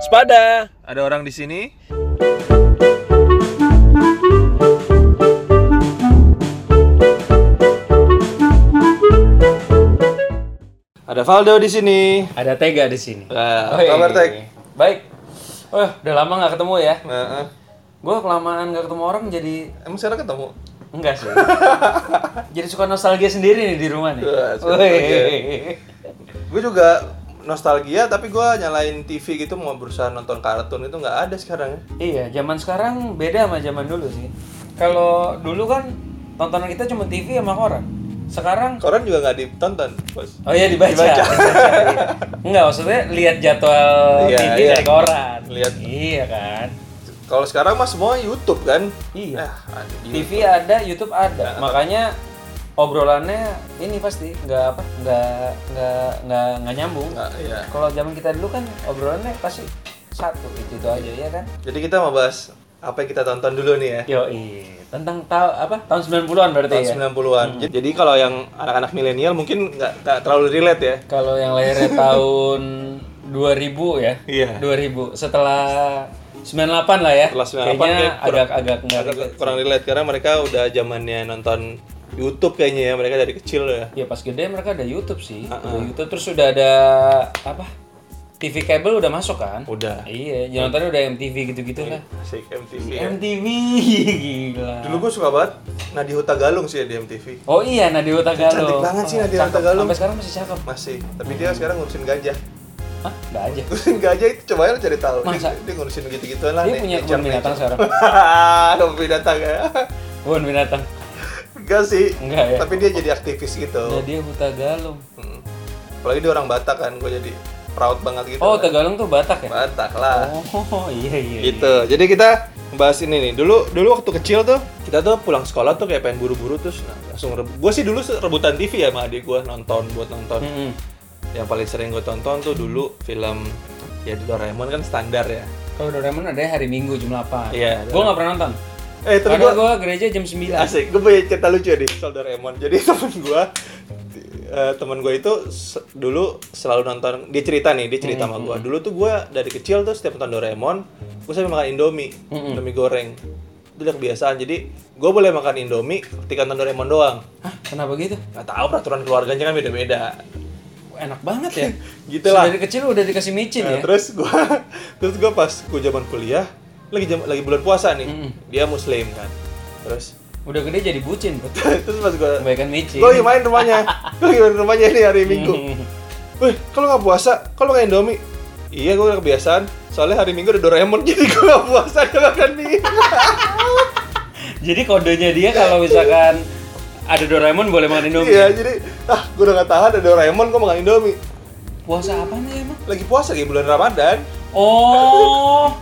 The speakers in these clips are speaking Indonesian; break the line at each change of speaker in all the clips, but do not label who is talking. Sepada.
Ada orang di sini. Ada Valdo di sini.
Ada Tega di sini.
Nah,
Hei.
kabar Tek?
Iya. Baik. Wah, udah lama nggak ketemu ya.
Nah, eh.
Gue kelamaan nggak ketemu orang jadi
emang sekarang ketemu?
enggak sih. jadi suka nostalgia sendiri nih di rumah nih.
Wah, Iya, suka
Wih.
nostalgia. Gue juga nostalgia tapi gue nyalain TV gitu mau berusaha nonton kartun itu nggak ada sekarang ya.
Iya, zaman sekarang beda sama zaman dulu sih. Kalau dulu kan tontonan kita cuma TV sama koran. Sekarang
Koran juga nggak ditonton, bos.
Oh iya dibaca. iya.
Dibaca.
Enggak, maksudnya lihat jadwal
Iya,
TV
iya.
dari koran.
Lihat.
Iya kan.
Kalau sekarang mah semua YouTube kan?
Iya.
Ah, ada di- Nah,
TV ada, YouTube ada. Makanya obrolannya ini pasti nggak apa nggak nggak nggak nggak nyambung.
nggak, iya.
Kalau zaman kita dulu kan obrolannya pasti satu itu itu aja ya kan.
Jadi kita mau bahas apa yang kita tonton dulu nih ya.
Yo tentang tahu apa tahun 90-an berarti
Tahun
ya.
90-an. Jadi- Jadi kalau yang anak-anak milenial mungkin nggak nggak terlalu relate ya.
Kalau yang lahirnya tahun 2000 ya.
Iya.
2000 setelah 98 lah ya. Kayaknya
Setelah 98 kayak kurang-
agak-agak enggak
Agak kurang relate karena mereka udah zamannya nonton YouTube kayaknya ya, mereka dari kecil ya.
Ya pas gede mereka ada YouTube sih. Ada YouTube terus udah ada apa? TV kabel udah masuk kan?
Udah.
Iya, ya nontonnya udah MTV gitu-gitu lah.
Asik MTV. ya.
MTV gila.
Dulu gue suka banget Nadi Huta Galung sih ya di MTV.
Oh iya Nadia Hutagalung.
Cantik banget sih
Oh,
Nadia
cakep.
Hutagalung.
Sampai sekarang masih cakep.
Masih, tapi dia sekarang ngurusin gajah.
Hah, enggak aja.
Ngurusin gajah itu coba aja lo cari tahu. Dia-
Masa?
Dia, ngurusin gitu-gituan lah
Dia
nih,
punya
nature-
kebun binatang sekarang.
Hahaha, kebun binatang ya.
Kebun binatang.
Enggak sih.
Enggak ya.
Tapi dia jadi aktivis gitu.
Nadia Hutagalung.
Hmm. Apalagi dia orang Batak kan, gue jadi proud banget gitu.
Oh, Tagalung tuh Batak ya?
Batak lah.
Oh, iya iya. iya.
gitu jadi kita bahas ini nih dulu dulu waktu kecil tuh kita tuh pulang sekolah tuh kayak pengen buru-buru terus nah, langsung rebut gue sih dulu rebutan TV ya sama adik gue nonton buat nonton
Mm-mm.
yang paling sering gue tonton tuh dulu film ya di Doraemon kan standar ya
Kalau Doraemon ada ya hari Minggu jam 8.
Iya,
Gua enggak pernah nonton.
eh tapi
Padahal
gue
gua gereja jam 9.
asik gue punya cerita lucu nih soal Doraemon jadi temen gue eh, temen gue itu se- dulu selalu nonton dia cerita nih dia cerita sama gue dulu tuh gue dari kecil tuh setiap nonton Doraemon gue sampai makan Indomie Indomie goreng itu udah kebiasaan jadi gue boleh makan Indomie ketika nonton Doraemon doang
Hah, kenapa gitu?
nggak tahu peraturan keluarganya kan beda-beda
Enak banget ya.
Gitu lah.
Dari kecil udah dikasih micin ya.
Nah, terus gue terus gue pas gue zaman kuliah lagi jam, lagi bulan puasa nih dia muslim kan terus
Udah gede jadi bucin, Bud.
terus pas gue
Kebaikan micin.
Gue lagi main rumahnya. Gue lagi main rumahnya ini hari Minggu. Wih, kalau nggak puasa, kalau nggak Indomie. Iya, gue udah kebiasaan. Soalnya hari Minggu ada Doraemon, jadi gue nggak puasa gak makan mie.
Jadi kodenya dia kalau misalkan ada Doraemon boleh makan Indomie.
Iya, jadi ah gue udah nggak tahan ada Doraemon, gue makan Indomie.
Puasa apa nih emang?
Lagi puasa lagi bulan Ramadan,
Oh.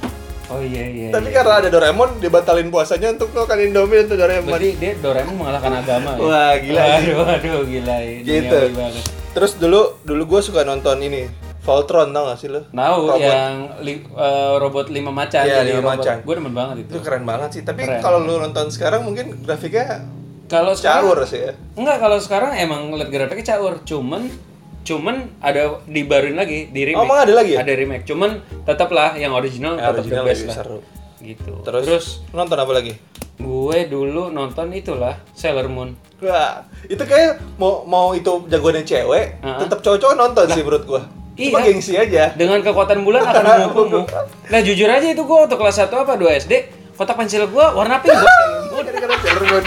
Oh iya iya.
tapi
iya.
karena ada Doraemon, dia batalin puasanya untuk makan Indomie untuk Doraemon.
Berarti dia Doraemon mengalahkan agama ya.
Wah, gila
Waduh, waduh, gila ya.
Gitu.
Duniawi banget.
Terus dulu dulu gue suka nonton ini Voltron tau gak sih lo?
Tahu
Robot.
yang li- eh, robot lima macan
Iya,
jadi
lima
robot.
macan.
Gue demen banget itu.
Itu keren banget sih. Tapi
Gitu. Keren.
kalau lu nonton sekarang mungkin grafiknya
Kalau sekarang
carur sih ya.
enggak kalau sekarang emang lihat grafiknya caur, cuman cuman ada dibaruin lagi di remake.
Oh, emang ada lagi ya?
Ada remake, cuman tetaplah yang original tetap
Ya,
the
original
best
lebih
lah.
seru.
Gitu.
Terus, nonton apa lagi?
gue dulu nonton itulah Sailor Moon.
Wah, itu kayak mau mau itu jagoannya cewek,
Heeh.
tetap cowok-cowok nonton sih menurut gua. Cuma
iya.
gengsi aja.
Dengan kekuatan bulan akan menghukummu. Nah, jujur aja itu gue waktu kelas 1 apa 2 SD, kotak pensil gue warna pink.
Gara-gara Sailor Moon.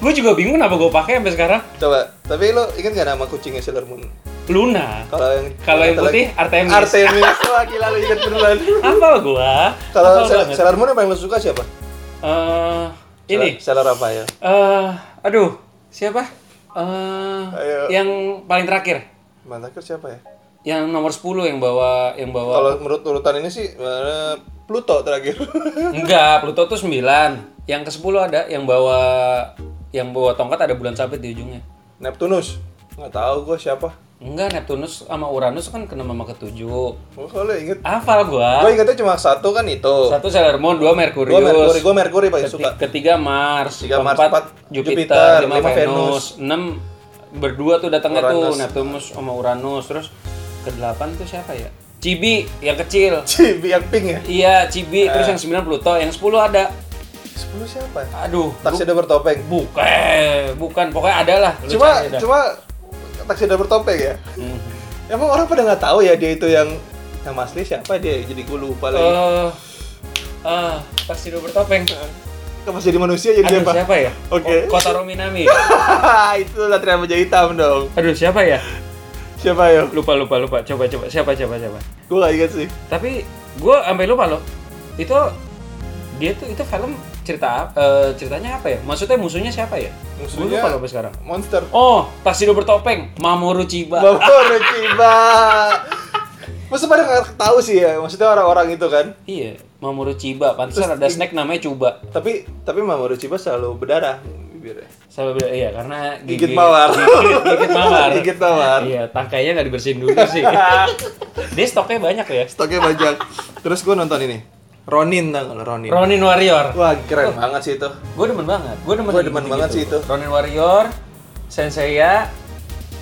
gue juga bingung kenapa gue pakai sampai sekarang.
Coba, tapi lo inget gak nama kucingnya Sailor Moon?
Luna.
Kalau yang
Kalau yang putih, Artemis.
Artemis, wah gila lo inget beneran.
Apal gua?
Kalau
Apal
Sailor,
banget.
Sailor Moon yang paling lo suka siapa?
Eh, ini.
Sailor, Sailor apa ya?
Eh, aduh, siapa? Eh,
Ayo.
yang paling terakhir.
Mantaker siapa ya?
Yang nomor 10 yang bawa yang bawa
Kalau menurut urutan ini sih eh, Pluto terakhir.
Enggak, Pluto tuh 9. Yang ke-10 ada yang bawa yang bawa tongkat ada bulan sabit di ujungnya.
Neptunus. Nggak tahu gua siapa.
Enggak, Neptunus sama Uranus kan kena mama ketujuh.
Oh, kalau lo inget,
Hafal gua.
gua ingetnya cuma satu kan itu.
Satu Sailor Moon, dua Merkurius.
Gua Mercury, gua Mercury paling
Keti-
suka.
Ketiga Mars,
Tiga Mars,
keempat
empat
Jupiter,
Jupiter,
lima,
lima
Venus,
Venus.
enam berdua tuh datangnya tuh
Uranus.
Neptunus sama Uranus, terus ke delapan tuh siapa ya? Cibi yang kecil.
Cibi yang pink ya?
Iya, Cibi terus yang 9 Pluto, yang 10 ada.
10 siapa? ya?
Aduh,
Taksi udah bertopeng.
bu- bukan, bukan pokoknya ada lah. Lu
Cuma
cari dah.
cuma taksi udah bertopeng ya.
Hmm.
Emang orang pada nggak tahu ya dia itu yang nama asli siapa dia jadi gue lupa lagi.
Eh, ah, pasti udah bertopeng.
Kenapa Kan jadi manusia jadi
Aduh,
siapa?
siapa ya?
Oke.
Ko- Kotaro Minami.
itu Satria Baja Hitam dong.
Aduh, siapa ya?
Siapa ya?
Lupa, lupa, lupa. Coba, coba. Siapa, siapa, siapa.
Gue gak ingat sih.
Tapi gue sampai lupa loh. Itu dia tuh itu film cerita ap- eh, ceritanya apa ya? Maksudnya musuhnya siapa ya? Gue
Musuhnya-
lupa loh sampai sekarang.
Monster.
Oh, Taksido bertopeng, Mamoru Chiba.
Bapak Ciba. Masa pada nggak tahu sih ya, maksudnya orang-orang itu kan.
Iya, Mamoru Chiba. Pantesan ada snack namanya Cuba.
Tapi tapi Mamoru Ciba selalu berdarah bibirnya.
Saya bilang iya karena
Gigit mawar.
Gigit, gigit mawar.
Gigit mawar.
Iya, tangkainya nggak dibersihin dulu sih. Dia stoknya banyak ya.
Stoknya banyak. Terus gue nonton ini. Ronin tau nggak lo, Ronin.
Ronin Warrior.
Wah keren banget sih itu.
Gue demen banget. Gue demen,
Gua
yang
demen
gitu-gitu.
banget sih itu.
Ronin Warrior, Senseiya.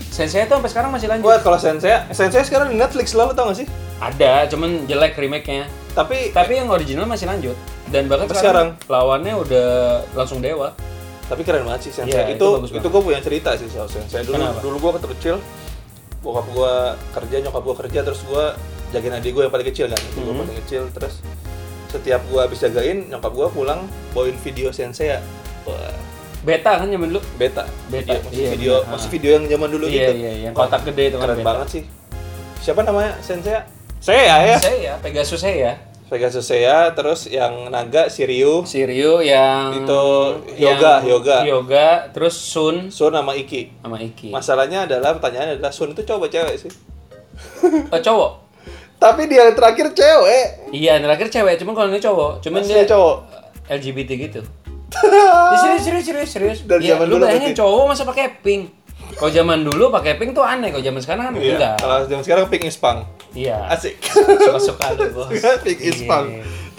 Senseiya Ya tuh sampai sekarang masih lanjut.
Gue kalau Sensei, Sensei sekarang di Netflix selalu tau gak sih?
Ada, cuman jelek remake-nya.
Tapi
Tapi yang original masih lanjut. Dan bahkan
Sampai
sekarang, lawannya udah langsung dewa.
tapi keren banget sih Sensei.
Iya, itu
itu
bagus
itu, gue punya cerita sih soal Sensei. Dulu
Kenapa?
dulu gue waktu kecil bokap gue kerja, nyokap gue kerja, terus gue jagain adik gue yang paling kecil kan. Gue
Mm-hmm.
paling kecil, terus setiap gue habis jagain, nyokap gue pulang bawain video Sensei ya. Wah,
Beta kan zaman dulu.
beta.
Beta,
Video, masih
iya,
video,
bener.
masih video yang zaman dulu
Iya,
gitu.
iya, yang
Wah,
kotak gede itu kan
Keren
beta.
banget sih. Siapa namanya Sensei? ya? Seiya ya.
Saya ya, Pegasus saya ya.
Pegasus Seiya, terus yang naga si Ryu,
Si Ryu yang
Itu
yang-
yoga, yoga.
Yoga, terus Sun
Sun sama Iki.
sama Iki.
Masalahnya adalah pertanyaannya adalah Sun itu cowok apa cewek sih?
Oh, cowok.
Tapi dia yang terakhir cewek.
Iya, yang terakhir cewek, cuman kalau ini cowok, cuman
Aslinya
dia
cowok.
LGBT gitu. Ya, serius, serius, serius, serius.
Dari
ya,
zaman
lu
dulu
bayangin
berarti.
cowok masa pakai pink. Kalau zaman dulu pakai pink tuh aneh, kalau zaman sekarang kan
Iya.
enggak.
Kalau zaman sekarang pink is punk.
Iya.
Asik.
Suka-suka lu, Bos.
pink is
Iya.
punk.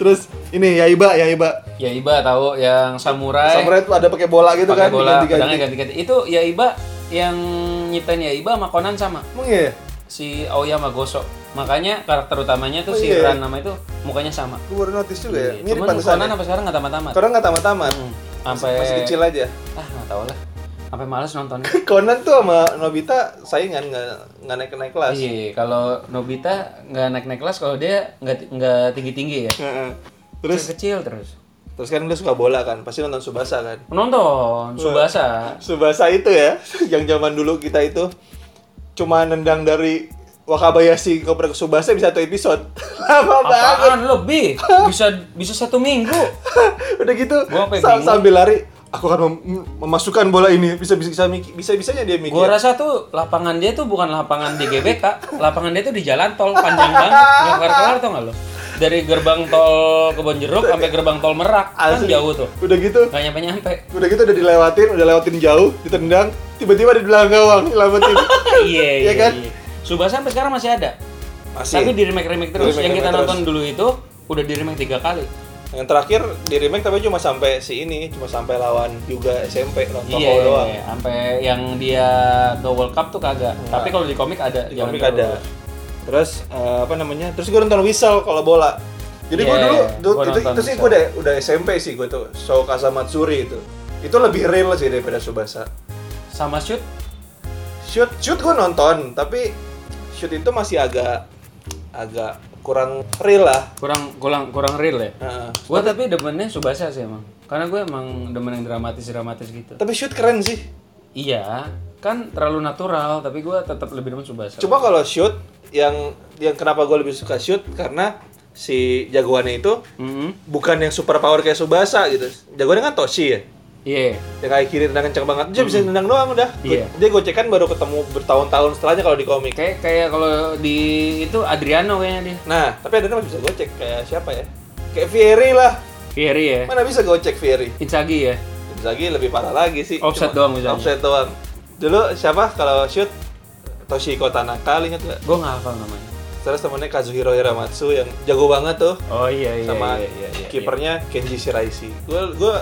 Terus ini Yaiba, Yaiba.
Ya Iba tahu yang samurai.
Samurai tuh ada pakai bola gitu
pakai
kan,
bola, pedangnya
diganti-ganti.
ganti-ganti. Itu ya Iba yang nyitain ya Iba sama Conan sama.
Emang iya?
si Aoyama Goso. Makanya karakter utamanya tuh
Oh,
si
iya.
Ran nama itu mukanya sama.
Gue baru notice juga ya.
Iya,
Mirip
Cuman
pantesan.
Conan sampai sekarang nggak tamat-tamat.
Konan nggak tamat-tamat.
Hmm,
Masih,
Sampai
masih kecil aja.
Ah nggak tahu lah. Sampai malas nontonnya.
Conan tuh sama Nobita saingan nggak nggak naik naik kelas.
Iya, kalau Nobita nggak naik-naik kelas, kalau dia nggak ti- nggak tinggi-tinggi ya.
Heeh. Terus
kecil terus.
terus kan dia suka bola kan, pasti nonton Subasa kan.
Nonton Subasa.
Subasa itu ya, yang zaman dulu kita itu cuma nendang dari Wakabayashi ke ke Subasa bisa satu episode. Lama banget.
Apaan lebih? Bisa bisa satu minggu.
Udah gitu
Gua sampai
sam-
bingung.
sambil lari aku akan mem- memasukkan bola ini bisa bisa bisa mik- bisa bisanya dia mikir.
Gua rasa tuh lapangan dia tuh bukan lapangan di GBK, lapangan dia tuh di jalan tol panjang banget, nggak kelar-kelar tau nggak lo? Dari gerbang tol Kebon Jeruk sampai gerbang tol Merak, kan
Asli.
jauh tuh,
Udah gitu
nggak nyampe-nyampe.
udah gitu udah dilewatin, udah lewatin jauh, ditendang, tiba-tiba di belakang gawang nyelamatin.
Iya,
Iya
iya,
kan?
iya. Subasa sampai sekarang masih ada,
Masih.
tapi di remake-remake terus.
Remake-remake
Yang kita
terus.
nonton dulu itu udah di remake tiga kali.
Yang terakhir di remake tapi cuma sampai si ini, cuma sampai lawan juga SMP
Iya,
lawan Toko
iya,
doang.
iya. sampai yang dia ke World Cup tuh kagak. Tapi kalau Iya. di komik ada.
di
jalan
komik
terus.
ada terus eh, apa namanya terus gue nonton whistle kalau bola jadi gue
Yeah,
dulu du-
Iya, gua
itu,
nonton
itu sih
Whistle.
gue udah, udah SMP sih gue tuh Shou Kasamatsuri itu itu lebih real sih daripada Subasa
Sama shoot,
shoot shoot gue nonton tapi shoot itu masih agak agak kurang real lah
kurang kurang kurang real ya.
Heeh.
Gua tapi demennya Subasa sih emang. Karena gue emang demen yang dramatis-dramatis gitu.
tapi shoot keren sih
Iya, kan terlalu natural, tapi gue tetap lebih demen Subasa.
cuma kalau shoot yang yang kenapa gue lebih suka shoot karena si jagoannya itu
Mhm.
bukan yang super power kayak Subasa gitu jagoannya kan Toshi ya
Iya.
yang kaki kiri nendang kencang banget dia bisa nendang doang udah
Iya.
dia gocekan baru ketemu bertahun-tahun setelahnya kalau di komik
Kayak kayak kalau di itu Adriano kayaknya dia.
nah tapi ada masih bisa gocek kayak siapa ya kayak Fieri lah
Fieri ya.
mana bisa gocek Fieri
Inzaghi ya.
lagi lebih parah lagi sih
Offset doang misalnya.
offset doang dulu siapa kalau shoot Toshiko Tanaka ingat nggak
Gue nggak hafal namanya.
terus temennya Kazuhiro Hiramatsu yang jago banget tuh
Oh iya
sama kipernya Kenji Shiraishi gue gue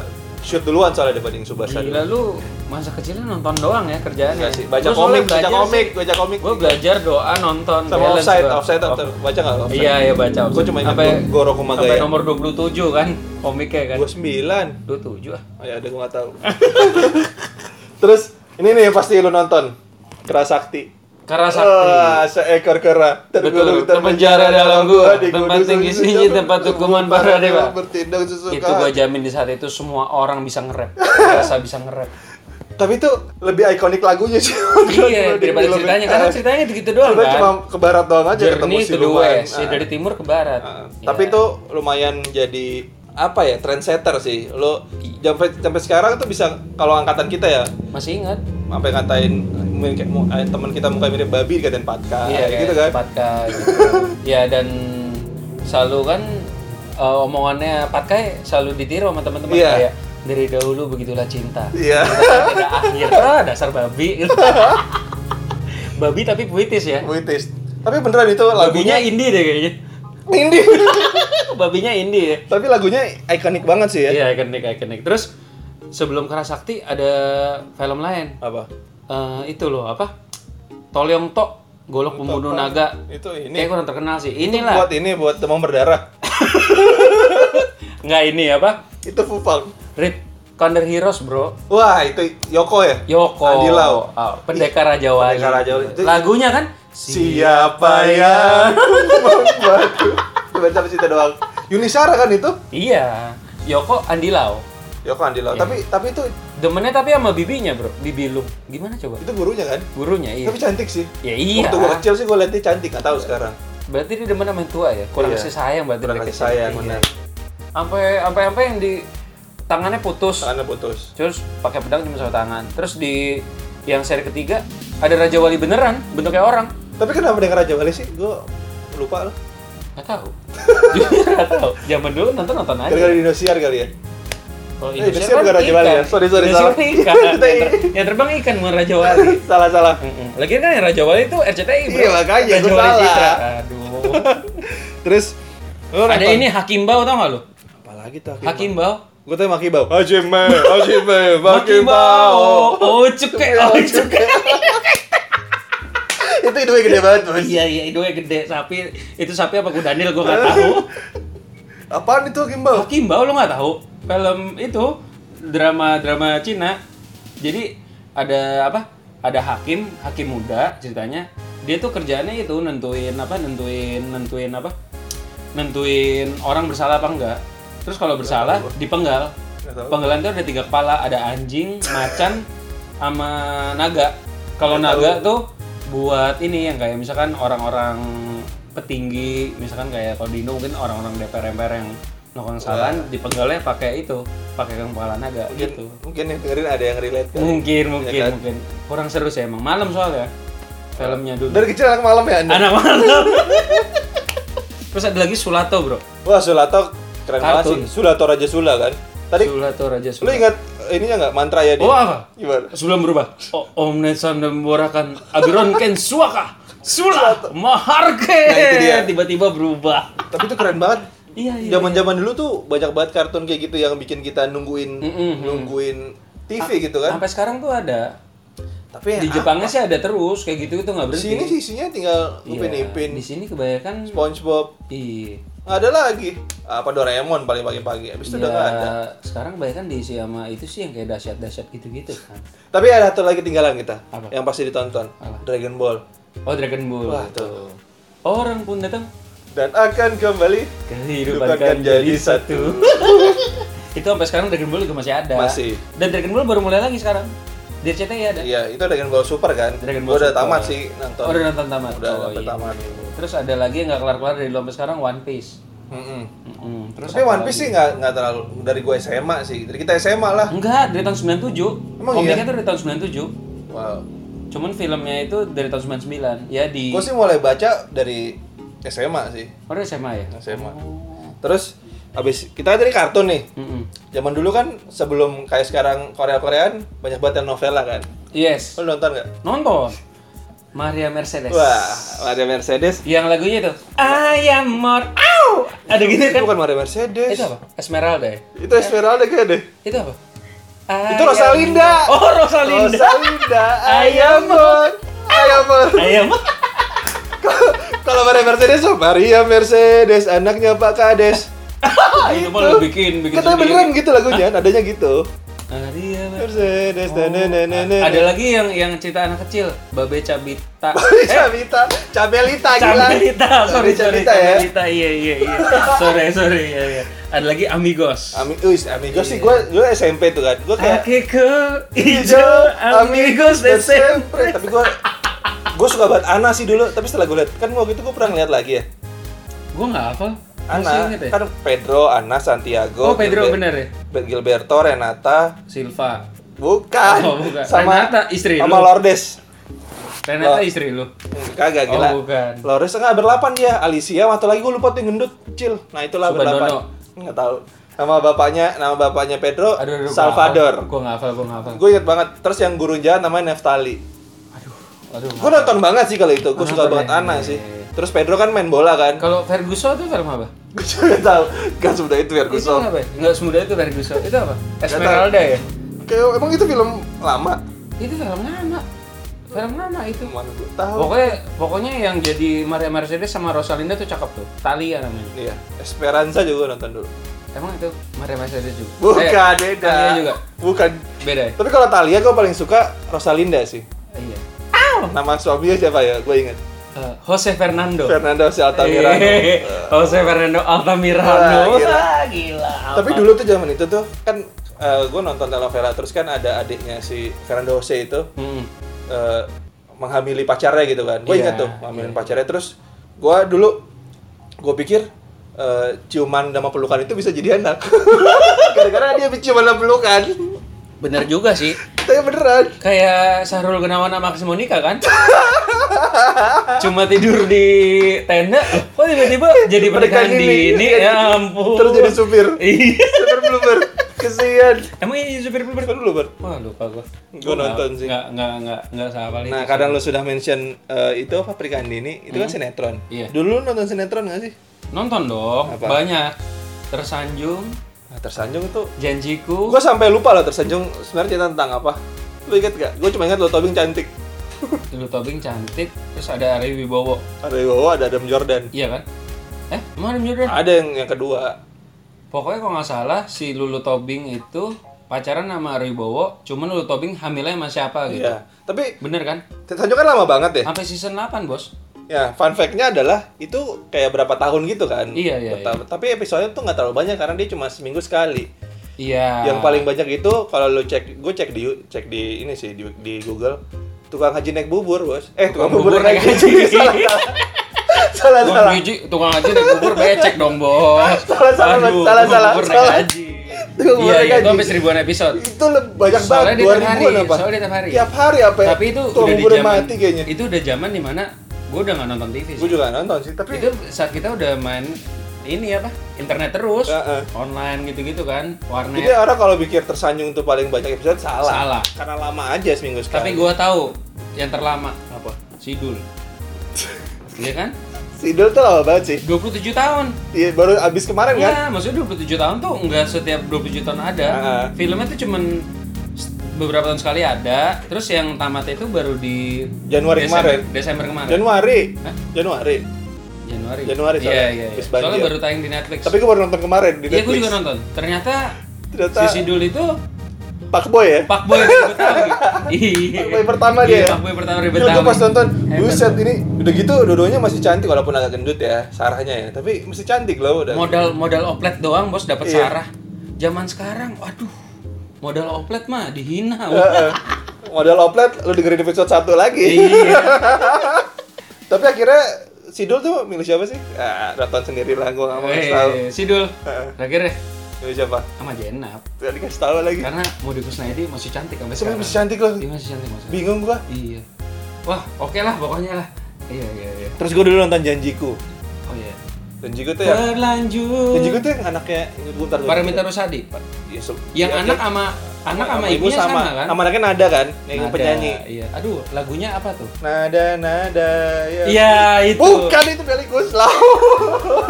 shoot duluan soalnya dibanding Subasa dulu.
Gila lu masa kecilnya nonton doang ya kerjaannya.
Enggak sih, baca komik, baca komik, baca komik.
Gue belajar doa nonton
Sama
balance
offside,
gua.
offside, offside. Baca nggak offside?
Iya iya baca.
Gua cuma ingat
Sampai-
Goro Kumagaya.
Sampai nomor 27 kan komiknya kan.
Gua sembilan.
27 ah.
Oh, ya, ada gua nggak tahu. Terus ini nih pasti lu nonton. Kera Sakti.
Karasakti.
Wah, seekor kera
Betul,
terbelung
terpenjara dalam gua.
di
Tempat
gunung
tinggi
susu,
sunyi, tempat tukungan para dewa.
Bertindak sesuka.
Itu gue jamin di saat itu semua orang bisa nge-rap. Rasa bisa nge-rap.
Tapi itu lebih ikonik lagunya sih.
iya, daripada
Dibanding
ceritanya.
filmnya.
Karena
Eh,
ceritanya gitu doang
ceritanya
kan.
cuma ke barat doang aja ketemu
Jernih ke the
siluman.
west, ya,
Ah.
dari timur ke barat.
Ah,
Iya.
Tapi itu lumayan jadi apa ya trendsetter sih. Lo sampai sampai sekarang tuh bisa kalau angkatan kita ya
masih ingat?
sampai ngatain mungkin kayak mu- eh, teman kita muka mirip babi dikatain patka
Iya,
gitu kan.
Patka gitu. Iya, dan selalu kan eh, omongannya Patka selalu ditiru sama teman-teman
Iya.
kayak dari dahulu begitulah cinta.
Iya.
Tidak akhir. Ah, dasar babi. babi tapi puitis ya.
Puitis. Tapi beneran itu lagunya
Babinya iya. indie deh kayaknya.
indie.
Babinya indie ya.
Tapi lagunya ikonik banget sih ya.
Iya, ikonik ikonik. Terus sebelum Kera Sakti ada film lain.
Apa?
Eh, itu loh apa? Tolyong Tok, Golok Pembunuh Naga.
Itu
Ini
ini
kurang terkenal sih. Inilah.
buat ini buat demam berdarah.
Nggak ini apa?
Itu Fufang.
Rit Thunder Heroes, Bro.
Wah, itu Yoko ya?
Yoko.
Andilau.
Ah, pendekar Raja Wali.
Pendekar Raja Wali. Itu-
Lagunya kan ya?
Siapa yang membantu? Cuma sampai situ doang. Yunisara kan itu?
Iya. Yoko Andilau.
Yoko Andilau. Tapi tapi itu
Demennya tapi sama bibinya, Bro. Bibi lu. Gimana coba?
itu gurunya kan?
Gurunya iya.
Tapi cantik sih.
Ya iya.
Waktu gua kecil sih gua lihat dia cantik, nggak tahu sekarang.
Berarti dia demen sama yang tua ya. Kurang
Iya.
kasih sayang berarti
Kurang
dia
kasih
kecil.
sayang,
Iya.
benar.
Sampai sampai sampai yang di tangannya putus.
Tangannya putus.
Terus pakai pedang cuma satu tangan. Terus di yang seri ketiga ada Raja Wali beneran, bentuknya orang.
Tapi kenapa dengan Raja Wali sih? Gua lupa lah.
Gak tahu. Jujur gak tahu. Zaman dulu nonton nonton aja.
Gara-gara di Indosiar kali ya.
Kalau kan
Eh, Indonesia bukan Raja Wali ya? Sorry, sorry,
Indonesia
salah.
kan ikan.
Kita
yang, ter- yang terbang ikan bukan Raja Wali.
salah salah.
Mm-mm. Lagian kan yang Raja Wali itu RCTI bro.
Iya, makanya,
Raja
gua
Wali
salah.
Citra. Aduh.
Terus lu
Ada
nonton-
ini Hakim Bau tau gak lu?
apalagi tuh
Hakim Bau.
Gue tuh Maki Bau. Hajime, Hajime, Maki Bau.
Oh cuke, oh cuke.
itu itu gede banget, Bos.
Iya iya hidungnya gede sapi. Itu sapi apa kuda Nil gue gak tahu.
Apaan itu Hakim Bau?
Hakim Bau Oh, lu nggak tahu film itu drama drama Cina. Jadi ada apa? Ada hakim, hakim muda ceritanya. Dia tuh kerjaannya itu nentuin apa? Nentuin nentuin apa? Nentuin orang bersalah apa enggak. Terus kalau bersalah dipenggal.
Nggak tahu.
Penggalan itu ada tiga kepala, ada anjing, macan, sama naga. Kalau naga tuh buat ini yang kayak misalkan orang-orang petinggi, misalkan kayak kalau di Indo mungkin orang-orang DPR MPR yang melakukan kesalahan dipenggalnya pakai itu, pakai kepala naga gitu.
Iya. Mungkin yang dengerin ada yang relate kan.
Mungkin mungkin
Iya kan?
mungkin kurang seru sih emang malam soalnya filmnya dulu.
Dari kecil anak malam ya Anda?
Anak malam. Terus ada lagi Sulato bro.
Wah Sulato keren banget
Kartun.
sih. Sulato Raja Sula kan. Tadi
Sulato Raja
lu
Sulato.
ingat ininya nggak mantra ya dia?
Oh apa?
Gimana?
Sebelum berubah. O- Om Nesan dan Borakan Abiron Ken Suaka Sula Maharke.
Nah, itu dia.
Tiba-tiba berubah.
Tapi itu keren banget.
Iya iya.
Zaman-zaman dulu tuh banyak banget kartun kayak gitu yang bikin kita nungguin
Mm-mm. Ah.
nungguin TV gitu kan. Iya.
Sampai sekarang tuh ada.
Tapi
Di
yang
Jepangnya sih ada terus kayak gitu itu nggak berhenti.
sini sih isinya tinggal
Iya,
upin-ipin,
Di sini kebanyakan
SpongeBob,
Iya.
nggak ada lagi. Apa Doraemon paling pagi-pagi. Abis itu udah nggak ada.
Ya, sekarang kebanyakan diisi sama itu sih yang kayak dahsyat-dahsyat gitu-gitu kan.
Tapi ada satu lagi tinggalan kita
Apa?
yang pasti ditonton. Dragon Ball.
Oh Dragon Ball.
Wah, tuh.
Orang pun datang
Dan akan kembali
kehidupan
Bukan
kan jadi
jadi
satu. itu sampai sekarang Dragon Ball juga masih ada.
Masih.
Dan Dragon Ball baru mulai lagi sekarang. Di RCTI ada.
Iya, itu Dragon Ball Super kan.
Dragon
Gua
Ball
udah
Super.
tamat sih nonton.
Oh, udah nonton tamat.
Udah
Oh,
nonton
iya.
tamat.
Terus ada lagi yang nggak kelar-kelar dari dulu sampai sekarang One Piece.
Mm-mm.
Mm-mm. Terus
Tapi One Piece sih nggak nggak terlalu dari gua SMA sih. Dari kita SMA lah.
Ah. enggak dari tahun 97.
Emang
Komiknya
iya?
tuh dari tahun
Wow.
97. Cuman filmnya itu dari tahun 99. Ya di
Gua sih mulai baca dari SMA sih.
Oh, dari SMA ya?
SMA. Terus abis kita kan tadi kartun nih.
Mm-mm.
Zaman dulu kan sebelum kayak sekarang Korea-Koreaan banyak banget yang novela kan.
Yes.
Lo nonton nggak?
Nonton. Maria Mercedes.
Wah, Maria Mercedes.
Yang lagunya itu I am more Ow! Ada gitu
Itu
kan?
bukan Maria Mercedes.
Itu apa? Esmeralda ya?
Itu Esmeralda kayaknya deh.
Itu apa?
Itu Rosalinda.
Oh, Rosalinda.
Rosalinda.
Ayam.
Ayamon. Ayamon.
Ayam.
Kalau Maria Mercedes, oh, Maria Mercedes, anaknya Pak Kades. Gitu.
Itu mah lu bikin bikin
Katanya
sendiri.
beneran gitu lagunya, nadanya gitu.
Maria.
Mercedes,
Oh,
nenenenenen.
Ada lagi yang yang cerita anak kecil, Babe Cabita.
Cabita, Cabelita, gila.
Eh. Cabelita, sorry sorry
Cabelita ya.
Cabelita, iya iya iya. Sorry sorry iya iya. Ada lagi Amigos.
Ami, uis, amigos sih gue, gue SMP tuh kan, gue kayak "Iya,
Kakiku hijau Amigos dan
SMP. Tapi gue, gue suka banget Ana sih dulu, tapi setelah gue lihat, kan waktu itu gue pernah ngeliat lagi ya,
Gue nggak hafal.
Ana,
Masih inget ya?
kan Pedro, Ana,
Oh
Santiago,
Pedro
Gilbe-
bener ya.
Gilberto, Renata,
Silva.
bukan,
Oh, bukan.
sama
Renata, istri
sama
lu.
Lordes,
Renata
Lo-
istri lu.
kagak
Oh
gila.
bukan.
Lores enggak berlapan dia, Alicia atau lagi gue lupa tuh yang gendut kecil. Nah, itulah
Subandono.
berlapan. Enggak tahu. Nama bapaknya, nama bapaknya Pedro
Aduh, aduh,
Salvador.
Gue nggak hafal, gue nggak hafal.
Gue inget banget. Terus yang guru jahat namanya Neftali.
Aduh, aduh.
Gue nonton banget sih kalau itu. Gue
Nonton
suka banget
ya?
Ana
Iya,
sih.
iya, iya.
Terus Pedro kan main bola kan.
Kalau Ferguson itu film apa?
Gue juga nggak tahu. Gak sudah itu biar gue
Itu apa? ya? Nggak semudah itu Ferguson. Itu apa?
tahu.
Esmeralda ya?
Kayak emang itu film lama.
Itu film lama. Film lama itu.
Mana gue tahu.
Pokoknya pokoknya yang jadi Maria Mercedes sama Rosalinda tuh cakep tuh. Talia namanya.
Iya, Esperanza juga gua nonton dulu.
Emang itu Maria Mercedes juga?
Bukan,
Eh,
beda.
Talia juga.
Bukan.
Beda ya?
Tapi kalau Talia gue paling suka Rosalinda sih.
Iya.
Nama suaminya siapa ya? Gue inget.
Eh, Jose Fernando.
Fernando si Altamirano.
Eh, Jose Fernando Altamirano.
Wah, gila.
Wah, gila.
Tapi dulu tuh zaman itu tuh kan gue nonton telenovela terus kan ada adiknya si Fernando Jose itu
Hmm.
eh, menghamili pacarnya gitu kan. Gue
Iya,
ingat tuh menghamili pacarnya terus gue dulu gue pikir eh, ciuman sama pelukan itu bisa jadi anak. Gara-gara dia ciuman sama pelukan.
Bener juga sih.
Tapi beneran.
Kayak Sahrul Gunawan sama Agnes Monica kan? Cuma tidur di tenda, kok tiba-tiba jadi pernikahan dini? Ya ampun.
Terus jadi supir.
Iya.
Super blooper. Kesian.
Emang ini supir blubber?
Super blooper.
Wah lupa gua.
Gua nonton sih.
Nggak nggak nggak nggak sahafal itu.
Nah, kadang lu sudah mention eh, itu apa pernikahan dini, itu kan sinetron.
Iya.
Dulu lu nonton sinetron gak sih?
Nonton dong,
Apa?
banyak. Tersanjung,
Nah, tersanjung itu.
janjiku.
Gua sampai lupa loh tersanjung sebenarnya cerita tentang apa. Lu inget gak? Gua cuma inget lo Tobing cantik.
Dulu Tobing cantik, terus ada Ari Wibowo.
Ada Wibowo, ada Adam Jordan.
Iya kan? Eh, emang ada Jordan?
Ada yang yang kedua.
Pokoknya kalau nggak salah si Lulu Tobing itu pacaran sama Ari Wibowo, cuman Lulu Tobing hamilnya sama siapa gitu.
Iya. Tapi
Bener kan?
tersanjung kan lama banget ya.
Sampai season 8, Bos.
Ya, fun fact-nya adalah itu kayak berapa tahun gitu kan.
Iya, iya,
Betul. Tapi episodenya tuh nggak terlalu banyak karena dia cuma seminggu sekali.
Iya.
Yang paling banyak itu kalau lu cek, gue cek di cek di ini sih di, di Google tukang haji naik bubur bos. Eh tukang, bubur, naik haji. salah salah
Tukang
salah.
biji, tukang aja naik bubur becek dong, Bos.
Salah, salah,
Aduh,
Bos. Salah,
tukang
salah,
bubur
salah.
naik haji.
Tukang bubur
Iya, iya,
naik
itu
haji.
sampai seribuan episode.
Itu le- banyak
Soalnya
banget
di tiap
dua
hari,
ribuan apa?
soalnya di tiap hari.
hari apa? ya?
Tapi itu
tukang
udah di
bubur
zaman
mati kayaknya.
Itu udah zaman dimana gue udah nggak nonton TV
Gue
sih.
juga nonton sih, tapi
Itu saat kita udah main ini apa? Internet terus,
Heeh.
online gitu-gitu kan, warnet.
jadi orang kalau pikir tersanjung tuh paling banyak episode salah.
Salah.
Karena lama aja seminggu
Tapi
sekali.
gua tahu yang terlama
apa?
Sidul. Iya kan?
Sidul tuh lama banget sih.
27 tahun.
Iya, baru abis kemarin kan?
Iya, maksudnya 27 tahun tuh nggak setiap 27 tahun ada.
Ah.
Filmnya tuh cuman s- beberapa tahun sekali ada. Terus yang tamatnya itu baru di
Januari
Desember,
kemarin.
Desember kemarin.
Januari.
Hah?
Januari.
Januari.
Januari,
Iya,
soalnya.
iya. iya.
Habis
Soalnya
banjir.
baru tayang di Netflix.
Tapi gue baru nonton kemarin
Iya,
di
gue
Netflix.
juga nonton. Ternyata,
Ternyata
si Sidul itu
Pak Boy ya.
Pak Boy dari Betawi. Iya.
Pak Boy pertama dia
Iya,
ya?
Pak Boy pertama dari
Gila,
Betawi.
gue pas nonton,
Hebat.
buset ini udah gitu dua-duanya masih cantik walaupun agak gendut ya sarahnya ya, tapi masih cantik loh udah.
modal modal oplet doang bos dapat
Iya.
sarah zaman sekarang waduh modal oplet mah dihina
Heeh. modal oplet lu dengerin episode satu lagi.
iya
tapi akhirnya Sidul tuh milih siapa sih? Ah, nonton sendiri lah gue nggak mau kasih tahu.
Eh, sidul
Heeh.
terakhir deh
Milih siapa?
sama Jenab
Gak dikasih tahu lagi.
karena Modi Kusnaidi masih cantik sampai
Sebenarnya
sekarang
masih cantik loh.
Dia masih cantik masih
Bingung gua.
iya wah oke lah pokoknya lah iya iya iya
Terus gua dulu nonton Janjiku.
oh iya
Janjiku tuh ya. Janjiku
berlanjut
tuh yang anaknya gua ntar dulu.
parameter Rusadi
Ya, se-
yang
ya,
anak
ya.
sama anak sama ibunya sama, kan
Sama anaknya Nada kan, yang
Nada,
penyanyi.
iya aduh lagunya apa tuh
Nada nada ya.
iya itu
Bukan itu Melly Guslau.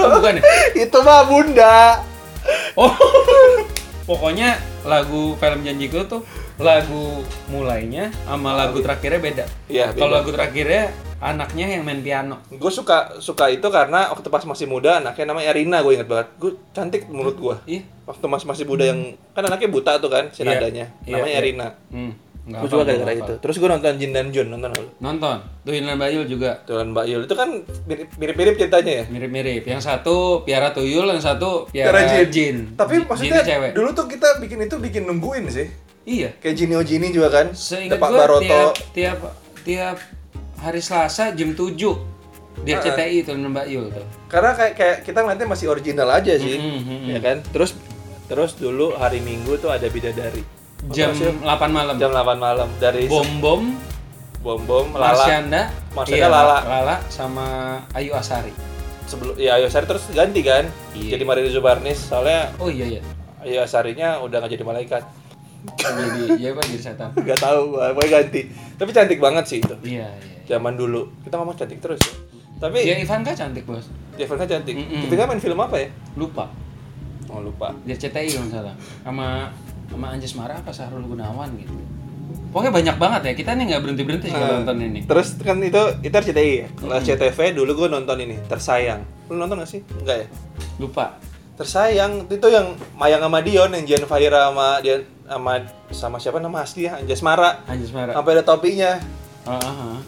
Oh, bukan ya?
itu mah Bunda.
Oh, pokoknya lagu film Janjiku tuh lagu mulainya sama lagu terakhirnya beda.
Iya, beda.
Kalau lagu terakhirnya anaknya yang main piano.
Gue suka suka itu karena waktu pas masih muda anaknya namanya Erina gue inget banget. Gue cantik menurut gue.
Iya.
Waktu mas masih muda yang kan anaknya buta tuh kan si
Iya.
nadanya.
Iya,
Namanya
iya.
Erina.
Hmm, nggak
Gue
apa,
suka gara-gara
nggak
itu.
apa.
Terus gue nonton Jin dan Jun nonton lu.
Nonton. Tuh Inlan Bayul juga
Tulan Mbak Yul itu kan mirip- mirip-mirip ceritanya ya.
mirip-mirip. Yang satu Piara Tuyul, yang satu Piara, Ya, Jin.
Tapi
Jin-
maksudnya
Jin cewek.
dulu tuh kita bikin itu bikin nungguin sih.
Iya.
Kayak Jinio Jini juga kan.
Seingat gue
Depak Baroto.
tiap tiap tiap hari Selasa jam 7 di RCTI itu Inlan Bayul tuh.
Karena kayak kayak kita ngeliatnya masih original aja sih.
Mm-mm, mm-mm.
Ya kan? Terus terus dulu hari Minggu tuh ada bidadari.
Jam 8 malam.
Jam 8 malam dari
Bom Bom,
Bom Bom Lala.
Marsyanda, iya,
Marsyanda, Lala.
Lala sama Ayu Asari.
Sebelum ya Ayu Asari terus ganti kan.
Iya.
Jadi Mario Zubarnis soalnya
Oh iya iya.
Ayu Asarinya udah nggak jadi malaikat.
Jadi ya apa jadi setan.
Gak tahu, gua, pokoknya ganti. Tapi cantik banget sih itu.
Iya iya.
Zaman dulu. Kita ngomong cantik terus ya. Tapi
Ya Ivanka cantik bos.
Jefferson cantik.
Mm-mm.
Ketika main film apa ya?
Lupa.
Oh lupa.
Di RCTI kalau nggak salah. Sama sama Anjas Mara apa Sahrul Gunawan gitu. Pokoknya banyak banget ya. Kita nih nggak berhenti berhenti
Eh.
kalau nonton ini.
Terus kan itu itu RCTI ya. Kalau CTV dulu gue nonton ini Tersayang. Lu nonton gak sih? Enggak ya.
Lupa.
Tersayang itu yang Mayang sama Dion yang Jian Fahira sama dia sama sama siapa nama asli ya? Anjas Mara.
Anjas Mara.
Sampai ada topinya.
Ah, ah, ah.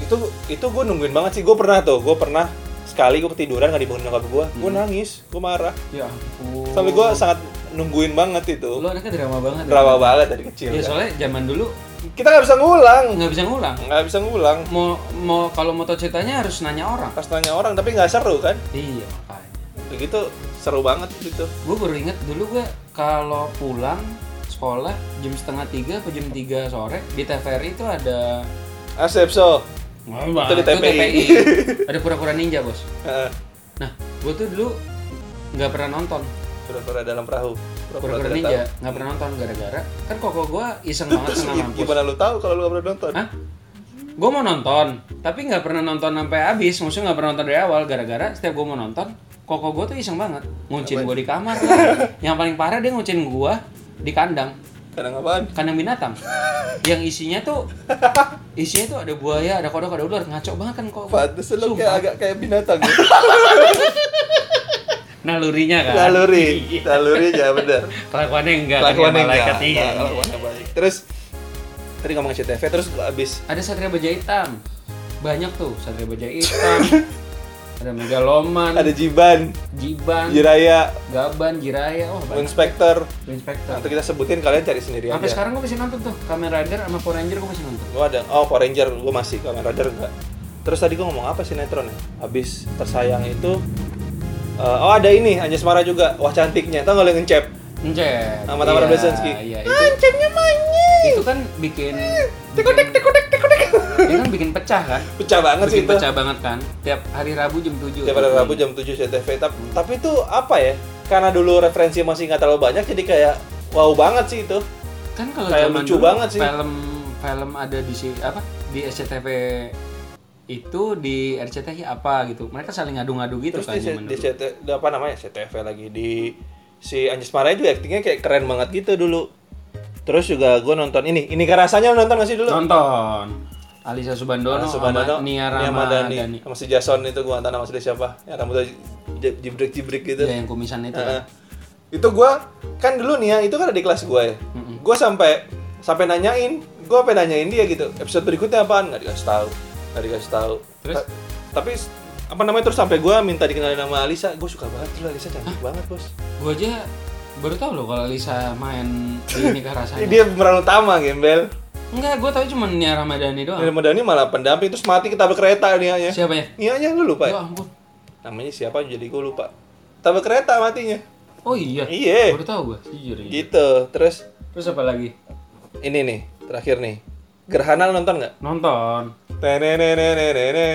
Itu itu gue nungguin banget sih. Gue pernah tuh. Gue pernah sekali gue ketiduran gak dibangunin nyokap gue. Gue nangis. Gue marah.
Ya ampun.
Sampai gue sangat nungguin banget itu.
Lu anaknya drama banget. ya?
Drama banget dari kecil.
Ya
kan.
soalnya zaman dulu
Kita nggak bisa ngulang.
nggak bisa ngulang.
Nggak bisa ngulang.
Mau mau kalau mau tahu ceritanya harus nanya orang.
pas nanya orang tapi nggak seru kan
Iya makanya.
begitu seru banget gitu
gue baru inget dulu gue kalau pulang sekolah jam setengah tiga atau jam tiga sore di TVRI itu ada
Asep so Itu di TPI.
ada pura-pura ninja bos
Heeh.
nah gue tuh dulu nggak pernah nonton
pura-pura dalam perahu
pura-pura
tidak
ninja nggak pernah nonton gara-gara kan koko gue iseng banget
tahu.
sama
Gi-
mampus
gimana lu tahu kalau lu nggak pernah nonton
Hah? gue mau nonton tapi nggak pernah nonton sampai habis maksudnya nggak pernah nonton dari awal gara-gara setiap gue mau nonton koko gue tuh iseng banget nguncin gue di kamar lah. yang paling parah dia nguncin gue di kandang
kadang apaan
kandang binatang yang isinya tuh isinya tuh ada buaya ada kodok ada ular ngaco banget kan kok
Pantes lu kayak agak kayak binatang ya.
nalurinya kan
Naluri, nalurinya bener
kelakuannya enggak
Kelakuannya enggak,
malaikat iya
enggak, kelakuannya baik Terus, tadi ngomong CTV, terus gua abis
ada satria baja hitam banyak tuh satria baja hitam ada megaloman
Ada Iya. Jiban, Kan.
jiban
Jiraya,
gaban jiraya oh banyak
Inspector
inspektor
Nanti kita sebutin, kalian cari ya. sendiri
sampai
aja
sekarang gue masih nonton tuh Kamen Rider sama Power Ranger gue masih nonton
Gua ada oh Power Ranger gue masih Kamen Rider enggak terus tadi gue ngomong apa sinetron ya habis tersayang itu eh, oh ada ini Anjas Mara juga wah cantiknya tau gak lo yang ngecep
Encet
Sama Tamara Bleszinski.
Iya, itu
cepnya manyet
itu kan bikin tekodek tekodek tekodek itu kan bikin pecah kan
pecah banget sih
bikin
itu
pecah banget kan tiap hari Rabu jam 7
tiap hari Rabu jam 7 CTV tapi, tapi itu apa ya karena dulu referensi masih nggak terlalu banyak jadi kayak wow banget sih itu
kan kalau
Kayak
zaman
lucu
dulu,
banget sih.
film film ada di si apa di SCTV itu di RCTI apa gitu mereka saling ngadu-ngadu gitu
terus
kan
di,
zaman
di
dulu
CT apa namanya CTV lagi di si Anjas Mara juga aktingnya kayak keren banget gitu dulu terus juga gue nonton ini ini rasanya lo nonton gak sih dulu
nonton Alisa Subandono, sama Nia Ramadhani
sama si Jason itu gua antara sama si siapa yang rambutnya jibrik jibrik gitu
ya yang kumisan itu
Heeh.
kan.
itu gua kan dulu Nia itu kan ada di kelas gua ya gua sampai sampai nanyain gua sampai nanyain dia gitu episode berikutnya apaan nggak dikasih tahu nggak dikasih tahu
Terus?
Ta- tapi s- apa namanya terus sampai gua minta dikenalin nama Alisa gua suka banget dulu Alisa cantik banget bos
gue aja baru tau loh kalau Alisa main di nikah
Ini
rasanya
dia pemeran utama gembel
enggak gue tau cuma Nia Ramadhani doang
dan Madani malah pendamping terus mati ketabrak kereta Nia nya
siapa ya
Nia nya lu lupa ya?
ya ampun
namanya siapa jadi gua lupa tabrak kereta matinya
Oh iya.
Iya.
Baru tahu gue, jujur. Iya.
gitu terus
Terus apa lagi?
ini nih terakhir nih gerhana lo nonton nggak
Nonton.
Tenenenenenene.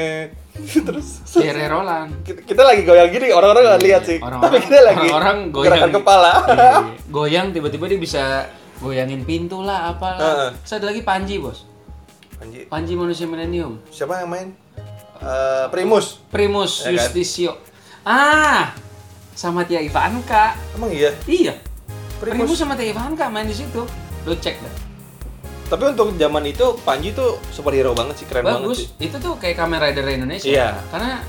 terus
Kere Iya, Roland.
kita, kita lagi goyang gini orang-orang nggak lihat sih tapi kita lagi
orang goyang.
gerakan kepala
Iya, iya. goyang tiba-tiba dia bisa goyangin pintu lah apalah.
Heeh.
Terus ada lagi Panji, Bos.
Anji,
Panji manusia milenium.
siapa yang main Eh, Primus
Primus
Ya kan?
Justisio. Ah! Sama Tia Ivanka.
emang iya
Iya. Primus
Primus.
sama Teh Ivanka main di situ. Lo cek dah.
Tapi untuk zaman itu Panji tuh superhero banget sih, keren banget sih.
Bagus. Itu tuh kayak Kamen Rider Indonesia.
Iya.
Karena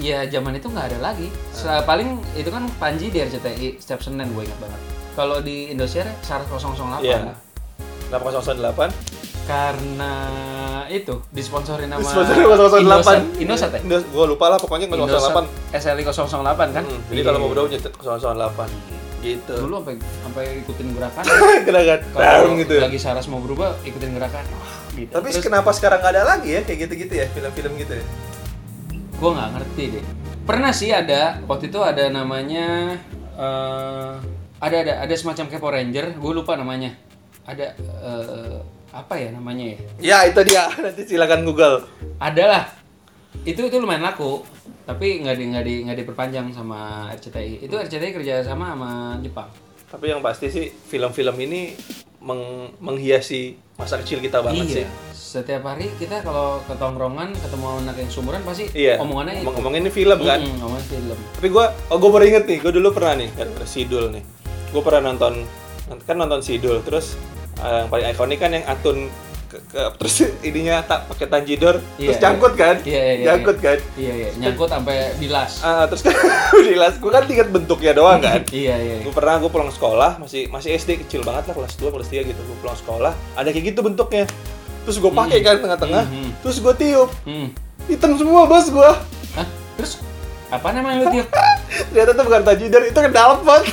ya zaman itu nggak ada lagi. Se- Paling itu kan Panji di RCTI setiap Senin gue ingat banget. Kalau di Indosiar 1008.
Iya. 808
Karena itu disponsorin sama
Sponsornya 008
Indosat. Indosat ya?
Indos- gua lupa lah pokoknya 008
SLI 008 kan?
Hmm, Jadi kalau mau berapa nyetet 008 Gitu
dulu sampai sampai ikutin gerakan.
kan?
Gerakan
Kalau
Dam, gitu ya
lagi Saras mau berubah, ikutin gerakan. Wah, gitu.
Tapi kenapa sekarang nggak ada lagi ya kayak gitu-gitu ya film-film gitu ya?
gue nggak ngerti deh pernah sih ada waktu itu ada namanya eh ada ada ada semacam kayak Power Ranger gue lupa namanya ada eh, apa ya namanya ya
Ya itu dia Nanti silakan google
adalah itu itu lumayan laku tapi nggak di nggak di nggak diperpanjang sama RCTI itu RCTI kerja sama sama Jepang
Tapi yang pasti sih Film-film ini meng- Menghiasi Masa kecil kita
Iya.
banget sih
Iya. setiap hari kita kalau ke tongkrongan ketemu anak yang sumuran pasti
Iya
omongannya Hmm, itu.
Ngomong-ngomongin ini film kan
Mm-mm, omongannya film
Tapi gua Oh gua baru inget nih Gua dulu pernah nih Gara-gara Sidul nih Gua pernah nonton Kan nonton Sidul Terus eh, Yang paling ikonik kan yang Atun ke- ke- terus ininya tak pakai tanjidor
Iya,
terus jangkut kan
iya, iya, iya.
jangkut kan
iya iya nyangkut sampai bilas
Ah, terus kan dilas gue kan ingat bentuknya doang kan
iya iya
gue pernah gue pulang sekolah masih masih SD kecil banget lah kelas 2 kelas 3 gitu gue pulang sekolah ada kayak gitu bentuknya terus gue pakai kan tengah-tengah
Mhm.
terus gue tiup
hmm.
hitam semua bos gue
Hah? Terus apa namanya lu tiup?
ternyata tuh bukan tajidor itu kedalaman